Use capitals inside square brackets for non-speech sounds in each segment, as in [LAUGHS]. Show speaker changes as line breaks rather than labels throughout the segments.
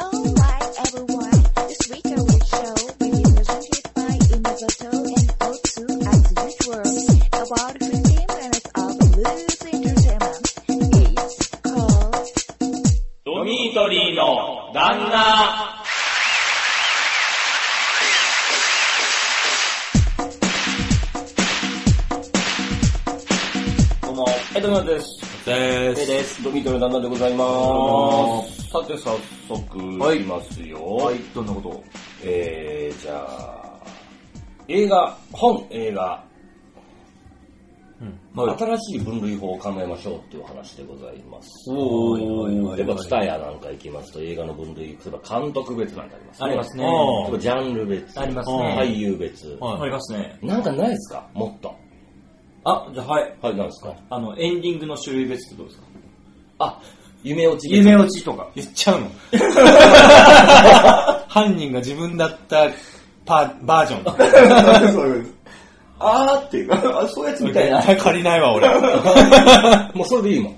Oh my everyone, this week I will show video presented by Innovato and O2 as usual about 15 minutes of loose entertainment. It's called
ドミートリーの旦那。
どうも、はい、どうもです。
で
ペイ
す。
です。ドミトル旦那でございます。さて、早速、
はい
いきますよ。
はい、どんなこと
えー、じゃあ、映画、本映画、
をはい。
新しい分類法を考えましょうっていう話でございます。
おーはいはいはい
例えば、ツタヤなんか行きますと、映画の分類、例えば監督別なんてありますね。
ありますね
あー例えばジャンル別。
あります
ね
俳優別。
はい
ありますね。
なんかないですかもっと。
あ、じゃあはい。
はい、なんですか
あの、エンディングの種類別ってどうですか
あ、夢落ち別。
夢落ちとか。
言っちゃう
[LAUGHS]
の犯人が自分だったパバージョン。
あーっていう、あそう
[LAUGHS]
いうやつみたいな。
絶対借りないわ、俺。
[LAUGHS] もうそれでいいもん。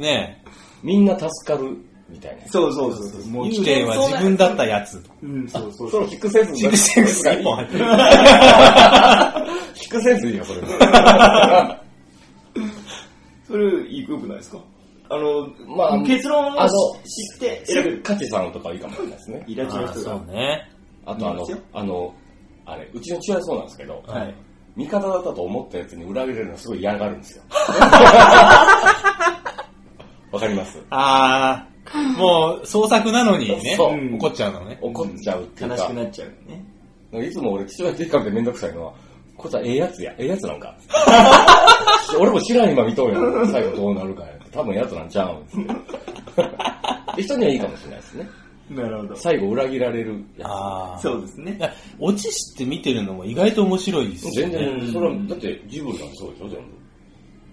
ね
みんな助かるみたいな。
そうそうそうそう
え。。もう起点は自分だったやつ。
うん、そうそう。
それをくせず
チクシクス一本入ってる。
引くせずいいよ、それ。
[LAUGHS] それ、いくよくないですかあの、
まあ
結論
あ
を
の
知って選べる。
カチさんとかはいいかもしれないですね。
イラチの人が。
ね。
あとあ
いい
の
ですよ、
あの、あれ、うちの父親そうなんですけど、
はい。
味方だったと思ったやつに裏切れるのすごい嫌がるん
[LAUGHS]
ですよ。わかります
あー、もう創作なのにね、
そう
怒っちゃうのね。
怒っちゃうっていう
悲
か、
しくなっちゃうね。
なんかいつも俺父親って言うかってめんどくさいのは、こいつはええやつや、ええやつなん
[LAUGHS]
か。俺も知らん今見とんやん。最後どうなるかや。多分やつなんちゃうんですよ。で人にはいいかもしれないですね。
なるほど。
最後裏切られるや
あー。
そうです
い
ね。
や落ち知って見てるのも意外と面白いです
つ。
よ
全
ね。
然、それは、だってジブリなんてそうでしょ、全部。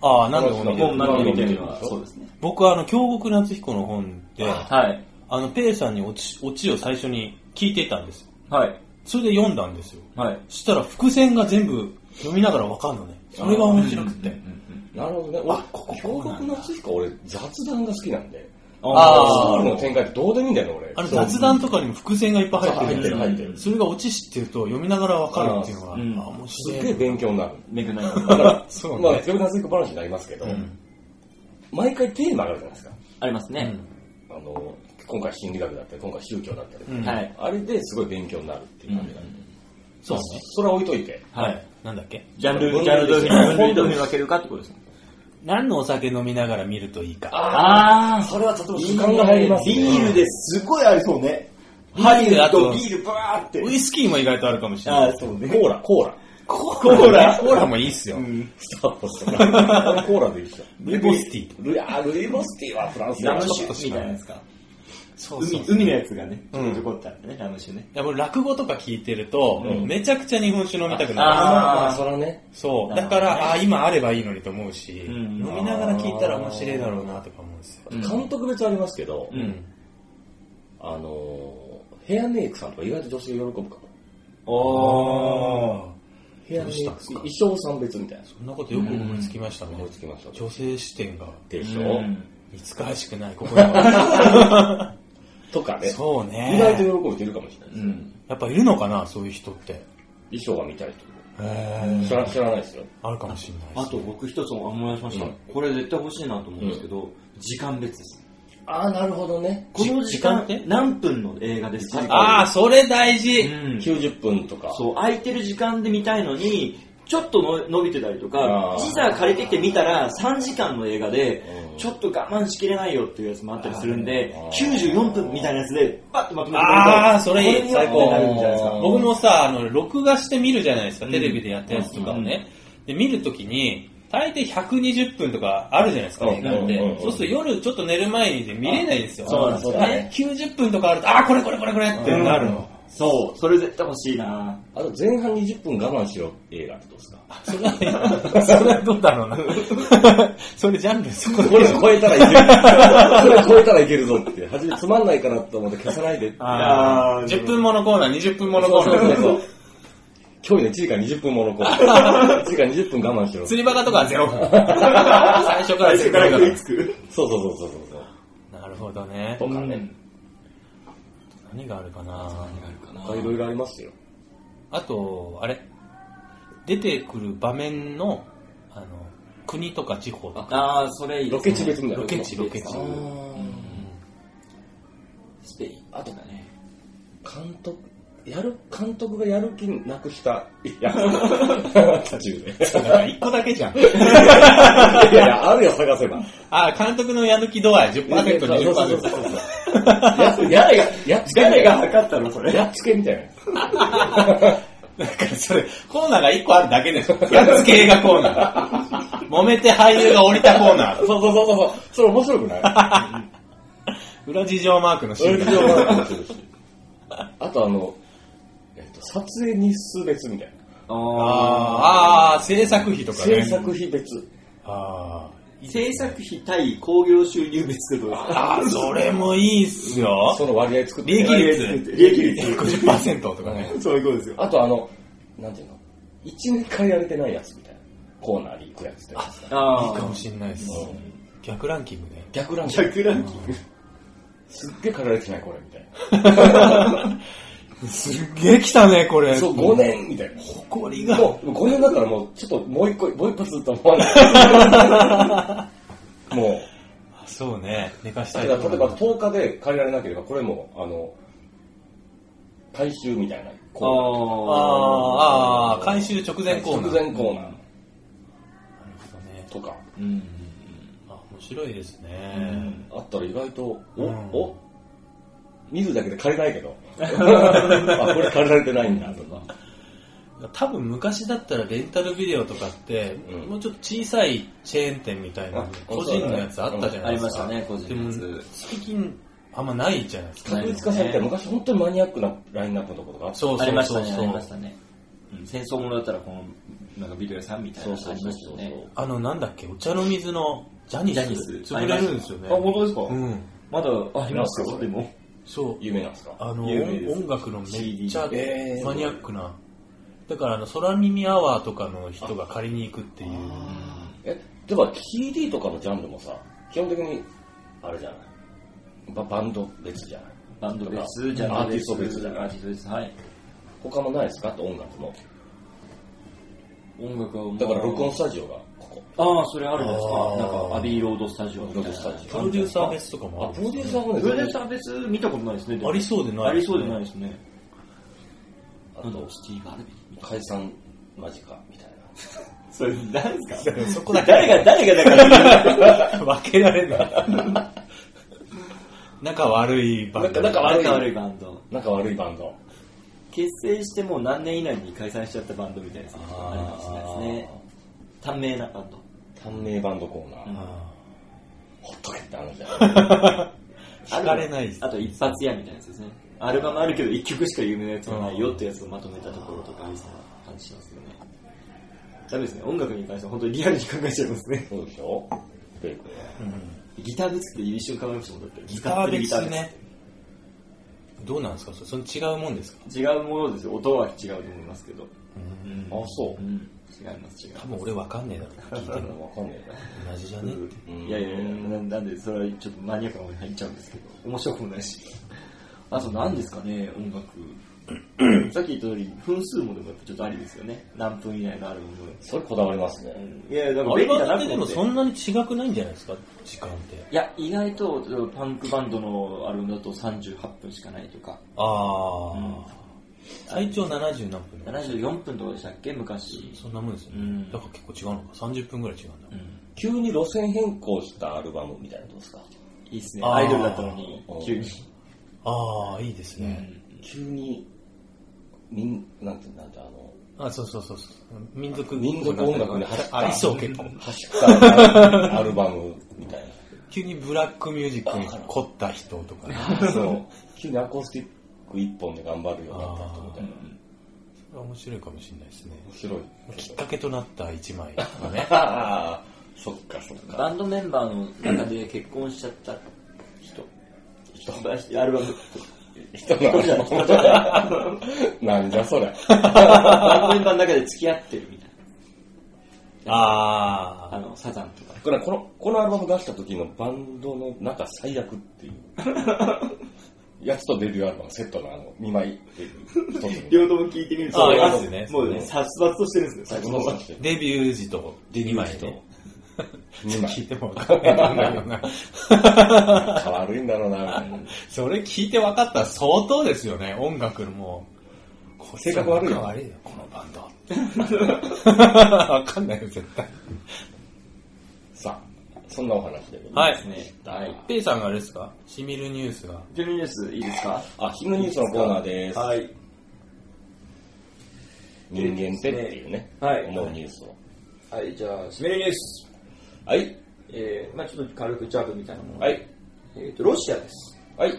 あー、なんでも見て
もう
る。
何で見てるのは、そうですね。
僕はあの、京極夏彦の本で、
はい。
あの、ペイさんにオチオチを最初に聞いてたんですよ。
はい。
それで読んだんですよ。
はい。
そしたら伏線が全部読みながらわかんのね。それが面白くて。
なるほどね。俺、京極夏彦俺雑談が好きなんで。スト
あ
ー
ー
リーの展開ってどうでもいいんだよね、俺。
あれ雑談とかにも伏線がいっぱい入ってるん
そう入って
ですよ
る入ってる
それがオチ知ってると読みながらわかるっていうのが、あ
あーうん
面
す
白
っ
い。
げえ勉強になる。
めぐない。
だから、
[LAUGHS] そうね
まあ、京極夏彦話になりますけど、毎回テーマがあるじゃないですか。
ありますね。
あの、今回心理学だったり、今回宗教だったり。
うん
はい。
あれですごい勉強になるっていう感じなんで。
そうね。
それは置いといて。
はい。なんだっけ
ジャンル、ジャンルどういうふうに分類どういうふうに分けるかってことですね。
何のお酒飲みながら見るといいか。
あ
それはとても時間が入りますね。
ビールですごいありそうね。
ビールだと
ハリウッドビールバーって
ウ。イスキーも意外とあるかもしれ
あ
な
あ
い、。
そうね。
コーラ、コーラ。
コーラコーラもいいっすよ。
スタートしたから。俺コーラでいいっすよ。
ルイボスティーとか。
ルイあルイボスティーはフランス
ラム
の
酒みたいなやつか。
そうそう
海、海のやつがね、ちょこちょこってあるね、ラム酒ね。
いやもう落語とか聞いてると、めちゃくちゃ日本酒飲みたくなる。
あー
まあまあ、そらね。
そう。
なる
だ
ほどね
から、ああ、今あればいいのにと思うし、
ん
飲みながら聞いたら面白いだろうなとか思うんですよ。
うん
監督別ありますけど、
ん。
あのー、ヘアメイクさんとか意外と女性喜ぶかも。
おー。
あ。
ヘアメイ
ど
ク
う、したん
衣装さん別みたいな。
そんなことよく思いつきましたね。
思いつきました。
女性視点が、
でし
う
ょ
ん
つかしくない、ここには。
とかね。
[LAUGHS] そう
意外と
ね。
喜ぶ人いるかもしれないで
う
す。
ん。
やっぱいるのかな、そういう人って。へ
衣装が見たい人。知
え。
ら知らないですよ。
あるかもしれないです
あと僕一つ思い出しました
うん。
これ絶対欲しいなと思うんですけど、時間別です。
ああ、なるほどね。
この時間って何分の映画ですか
ああ、それ大
う
事。
ん。
90分とか。
そう、空いてる時間で見たいのに、ちょっとの伸びてたりと
あ
か、
ー
時差借りてきて見たら3時間の映画で
う、ん
ちょっと我慢しきれないよっていうやつもあったりするんで
あ、ー
94分みたいなやつで、パッとまとめてくれると
ああ、それい
こ
い。
には
最
なるんじゃないです
高
か。
僕もさ、あの、録画して見るじゃないですか、
うん
テレビでやったやつとかをね。で、見るときに、大抵120分とかあるじゃないですか、
うん
映画っ
うんうんうん
て。そうすると夜ちょっと寝る前にで見れないんですよ。
そう
なんですよね
ね90分とかあると、ああ、これこれこれこれってなるの。
そう、それ絶対欲しいな
あと前半20分我慢しろ映画ってどうですか
それは、それはどうだろうな。それジャンルそこ
これ超えたらいける。これ超えたらいけるぞって。初めつまんないかなと思って消さないでって。
あー10分ものコーナー、20分ものコーナ
そ
ー。
うそうそう。今日ね、1時間20分もの子。1時間20分我慢しろ。そう
釣りバカとかはゼロ。最初から
最初
ゼロ
から食いつく。
そうそうそうそう。
なるほどね
と。かね。
何があるかな
他いろいろありますよ。
あと、あれ。出てくる場面の、あの、国とか地方とか。
ああ、それいいで
ロ
すね
ケ地別みたいな。
ロケ地、ロケ
あ
地。
ー
スペイン。あとかね。
監督、やる、監督がやる気なくした、いや、途中で。
だから一個だけじゃん。
いやいや、あるよ、探せば。
あ、監督のやる気度合い10%、
そうそうそう
20%。
そうややれが、やっつけみた
誰
い
が
な。
測ったのそれ。
やっつけみたいな。
だからそれ、コーナーが1個あるだけでしょ。やっつけ映画コーナー。揉めて俳優が降りたコーナ
そう
ー。
そうそうそう。それ面白く [LAUGHS] ない
裏事情マークのシ
そう
ー
いうの
ン。
もあるかもしれないしあとあの、えっと、撮影日数別みたいな。
あーあー、制作費とかね。
制作費別。
あ
制作費対興行収入別ってことですか
あ、それもいいっすよ。
その割合作って。
利益率
利益率。
50%とかね。
そういうことですよ。
あとあの、なんていうの一年間やれてないやつみたいな。コーナーに行くやつってやつですか。
あ
かもしんないっす
う。
逆ランキングね。
逆ランキング。
100ランキング。
すっげえ駆られてないこれみたい
すっげえ来たね、こ
[LAUGHS]
れ。
な。そう、5。年みたいな。
誇りが。
もう5年だからもう、ちょっともう一個、もう一発と思わない。もう。
そうね。寝かし
だ
た
か
い
ら例
とこ
え
ろ。
ば10日で借りられなければ、これも、あの、回収みたいな。
あ
こ
あ
あ。
あ、ああ、回収直
う
前コーナー。
直前コーナー
なるほどね。
とか、
うん。
あ、面白いですね。
あったら意外と、お、
うん
お見るだけで借りないけど、 [LAUGHS] あ、これ借りられてないんだとか。
多分昔だったらレンタルビデオとかって、
うん
もうちょっと小さいチェーン店みたいな
あ、
個人のやつあったじゃな
あ
い
り
です
まし
か。
たね、個
で
人の
も
やつ。
最近あんまないじゃないですか。
確率化されて、昔本当にマニアックなラインナップのとことか、
そう
あ
そ
りま
う
した
そう
ね、あ
そ
りまし
う。
たね。うん戦争ものだったら、この、なんかビデオ屋さんみたいなのありましたよね。
あの、なんだっけ、お茶の水のジャニ
ジャニス
ス、潰れるんですよね。
あ、本当ですか
うん。
まだあります
なんすかそ
よ、
れ
でも。
そう。
有名なんですか
あの、
有名です
音楽のめっちゃ
CD えー
マニアックな。だから、あの、空耳アワーとかの人が借りに行くっていう。
え、では CD とかのジャンルもさ、基本的に、あれじゃないババンド別じゃない
バンド
と
別、
か
ジャンル
アーティスト別じゃない
アーティスト別、はい。
他もないですかって音楽も。
音楽はもう
だから録音スタジオがここ。
ああ、それあるじゃないです
あ
か。
ー
なんか、アビーロードスタジオみたいな
ロードスタジオ
プロデューサー別とかもあ
あ、
る
プロデューサーもね、
プロデューサー別見たことないですね。でも
ありそうでない
ありそうでないですね。
あ
なんだろ
と
う、、スティーブ・アルビンみたい
解散間近みたいな。
な。それ、誰ですか
そこだけ
誰が、 [LAUGHS] 誰がだから、
分けられない。仲悪いバンド。
仲悪い
仲悪いバンド。
仲悪いバンド。
結成してもう何年以内に解散しちゃったバンドみたいなやつ
あ
あるかもしれないですね。短命なバンド。
短命バンドコーナ
う
ー。
ん
あ
ほっとけって話じゃない。
ー惹かれないです
あ。と一発屋みたいなやつですね。アルバムあるけど一曲しか有名なやつがないよってやつをまとめたところとかみたいな感じしますよね。ダメですね。音楽に関しては本当にリアルに考えちゃいます
[LAUGHS]
ね。
[LAUGHS] そうでしょベイクは。
ギター別って一瞬考えましたもんだって。
ギター
で
別ね。。どうなんですかそれそれ違うもんですか
違うものですよ。音は違うと思いますけど。うん
あ、そうう。
ん。違います、違い
多
ま
分俺分かんねえだろ。聞いて
で
るの。
もわかんねえ
同じじゃねって。
な。うん
す。いやいやいや、ななんでそれはちょっとマニアックな方に入っちゃうんですけど。面白くもないし。あと何ですかね、音
[LAUGHS]
楽。さっき言った通り、分数もでもやっぱちょっとありですよね。何分以内のアルバム。
それこだわりますね。
いや、だから
あれ
便利だな
はって
と
で
思
も
って。
そんなに違くないんじゃないですか時間って。
いや、意外とパンクバンドのアルバムだと38分しかないとか、
あ
うん
あ。最長70何分
74分とかでしたっけ、昔。
そんなもんですよ
う
ね
ん。
だから結構違うのか。30分ぐらい違うんだ
う。ん、
急に路線変更したアルバムみたいなことですか
いいっすね、
あー
アイドルだったのに
うん、
急に。
ああ、いいですね。
急に、みん、なんて、なんて、あの、
あ、そうそうそうそう。民族
民族音楽に走った
ありそう結構。
走ったアルバムみたいな。
急にブラックミュージックに凝った人とかね。
そう。急にアコースティック一本で頑張るようになった人みたいな。
それは面白いかもしれないですね。
面白い。。
きっかけとなった一枚とかね
ああ、 [LAUGHS] そっかそっか。
バンドメンバーの中で結婚しちゃった人。 [LAUGHS] 人アルバム。
人
人
の
じゃない人じゃない
なんじゃそれ。
バンドメンバーの中で付き合ってるみたいな。 [LAUGHS] あ
あ
の、サザンとか。
これこの、このアルバム出した時のバンドの中最悪っていう。やつとデビューアルバムセットのあの、2枚っていう、 [LAUGHS] 一つに。
両方聞いてみる
あ
と、
ありますね
もうね、殺伐としてるんですよ、
最後のして
デビュー時と、
デビュー時と
今ね
2枚。
聞いても分かんないよな。
変わるんだろうな、みたいな。
それ聞いて分かったら相当ですよね、音楽のもう。
性格悪いよ
性悪いよ、このバンド。分かんないよ、絶対。
さあ、そんなお話で。
はい
ですね。はい。
ペイさんがあれですかしみるニュースが。
ジェミニュースいいですか
あ、ヒムニュースのコーナーです。
はい。
人間ってっていうね、
はい
思うニュースを。
はい、じゃあ、締めるニュース。
はい。
えー、まあちょっと軽くジャブみたいなもの。
はい。
えーと、ロシアです。
はい。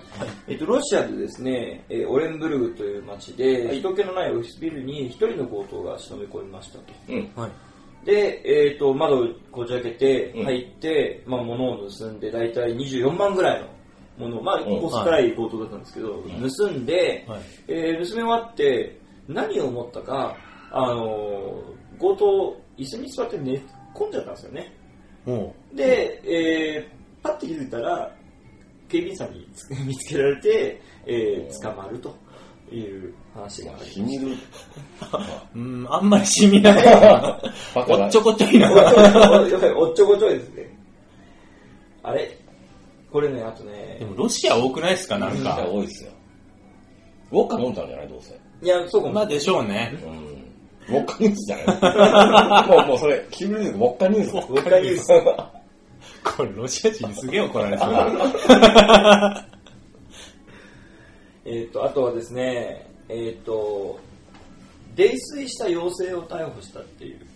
えっと、ロシアでですね、えーオレンブルグという町で、人気のないオフィスビルに一人の強盗が忍び込みましたと。
うん。
はい。
で、えっと、窓をこじ開けて
うん、
入って、まあ、物を盗んで、大体24万ぐらいの物を、まあ、
うん
お少ない強盗だったんですけど、盗んで、
はい
えー盗み終わって、何を思ったか、あのー強盗、椅子に座って寝込んじゃったんですよね。
も
で、えー、パッて気づいたら、警備員さんにつ見つけられて、えー、捕まるという話が
まあ
あり
ヒ
ま
ム
し
ニュー
う、うん、あんまりしみないな。
ス。バカ
お
だ
っちょこちょいな。
た。おっちょこちょいやっぱりおっちょこちょいですね。あれこれね、あと
で
ね、
もロシア多くないですか、なん
人
か
が。多いですよ。ウォッカ飲んだんじゃないどうせ。
いや、そうか
まあ
も。
でしょうね。
うん。ウォッカニュースじゃないもう、もうそれ、ヒムニュース、ウォッカニュース。
僕が言うと
これロシア人にすげえ怒られそうだ。
えっと、あとはですね、えっ、と、泥酔した妖精を逮捕したっていう。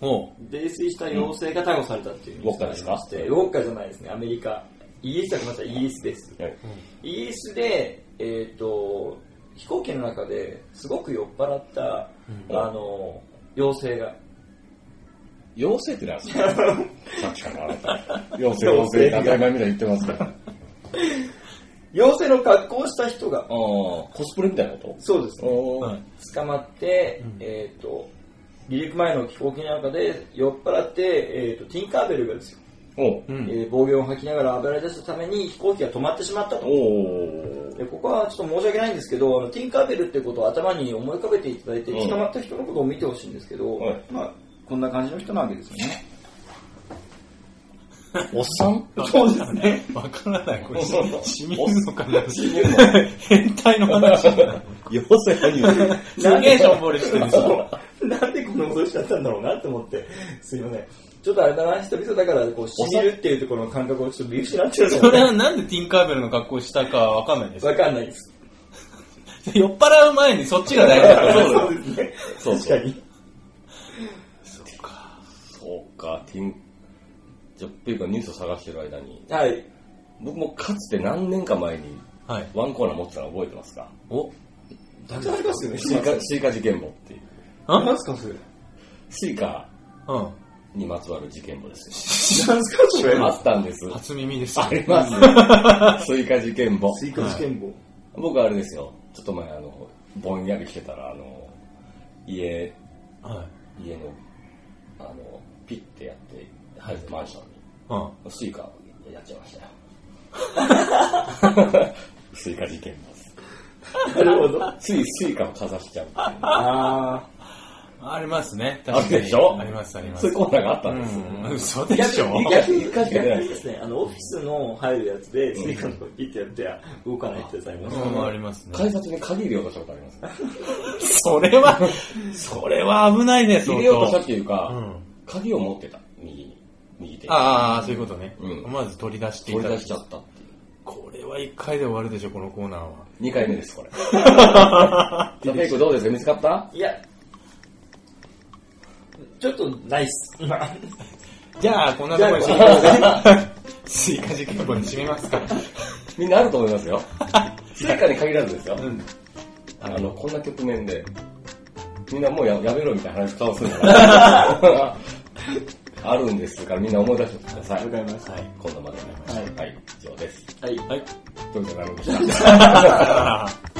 も
泥酔した妖精が逮捕されたっていうニュースがありまして、
ウ
ウォッカじゃないですね、アメリカ。イギリスだごめんなさい、イギリスです。
はい
イギリスで、えっと飛行機の中ですごく酔っ払った、
うん
あの妖精が
妖精ってなんですかさっきからあなた。妖精、妖精、当たり前みたいに言ってますけど。
妖精の格好をした人が
ああ、コスプレみたいなこ
そうです
とお
う、
ー
はい
捕まって、
うん
えっと離陸前の飛行機の中で酔っ払って、えっとティンカーベルがですよ、
おう
う
え
ん。
ー暴言を吐きながら暴れ出したために飛行機が止まってしまったと
おー
でここはちょっと申し訳ないんですけどあのティンカーベルってことを頭に思い浮かべていただいて
うん
捕まった人のことを見てほしいんですけど、
はい
まあ、こんな感じの人なわけですよね
おっさん
そうですね。
わからない、これ。
そうそう
しみるのかな
みるの
[LAUGHS] 変態の話。
妖精俳 [LAUGHS] 優。
[LAUGHS] すげえしょんぼりしてるんですよ。
[LAUGHS] なんでこんなことしちゃったんだろうなって思って、すいません。ちょっとあれだな、久々だから、こう、しみるっていうところの感覚をちょっと見失ってる [LAUGHS] の
それ
で、
はなんでティンカーベルの格好をしたかわかんないです。
わかんないです。
酔っ払う前にそっちが大事だから。
[LAUGHS] そうですね。
そう
確かに。
そうか。
そうか、ティン、じゃ、っていうかニュースを探してる間に、
はい。
僕もかつて何年か前に
はい。
ワンコーナー持ってたの覚えてますか
おん
たくさんありますよね。
スイカ、スイカ事件簿っていう。
うん。
すか、それ。
スイカにまつわる事件簿です
何すか、それ
よ。あったんです。
初耳です。
あります。 [LAUGHS] スイカ事件簿。
スイカ試験簿。
僕あれですよ。ちょっと前、あの、ぼんやりしてたら、あの、家、
はい。
家の、あの、ピッてやって、入ってマンション
うん。
に、スイカやっちゃいま
[LAUGHS]
したよ。スイカ事件簿です。
なるほど。
ついスイカをかざしちゃうっていう
あ
ありますね。
あ
確
る
かに。
でしょ
あります、ありま
そう
す
いう。コーナーがあった
うん
ですよ。
ん、嘘でしょ
ー。
逆に
逆
逆に
にですね、あの、オフィスの入るやつで、スイカのとこピッてやって、あ動かないってやつありますよね
うん、ありますね。
改札に鍵入れようとしたことあります
それは、それは危ないね、
入
相
れようとした
当
っていう
う
か、
ん。
鍵を持ってた、右に。右手に。
ああ、そういうことね。
うん
思わず取り出してい
取
た
り
だ
出
き
しちゃったっていう。
これは1回で終わるでしょ、このコーナーは。
2回目です、これ。ザ・ペイクどうですか見つかった
いや、ちょっとないっす。
じゃあ、こんなところに
じゃ [LAUGHS]
スイカ事件簿に締めますか。
みんなあると思いますよ。スイカに限らずですよ
う。ん。
あの、こんな局面で、みんなもうややめろみたいな話顔するんじゃない [LAUGHS] あるんですからみんな思い出してください。
わかりました
はい、今度までになりました。はい、以上です。
はい。
はい。
どうにかなるんでしょうか。
あー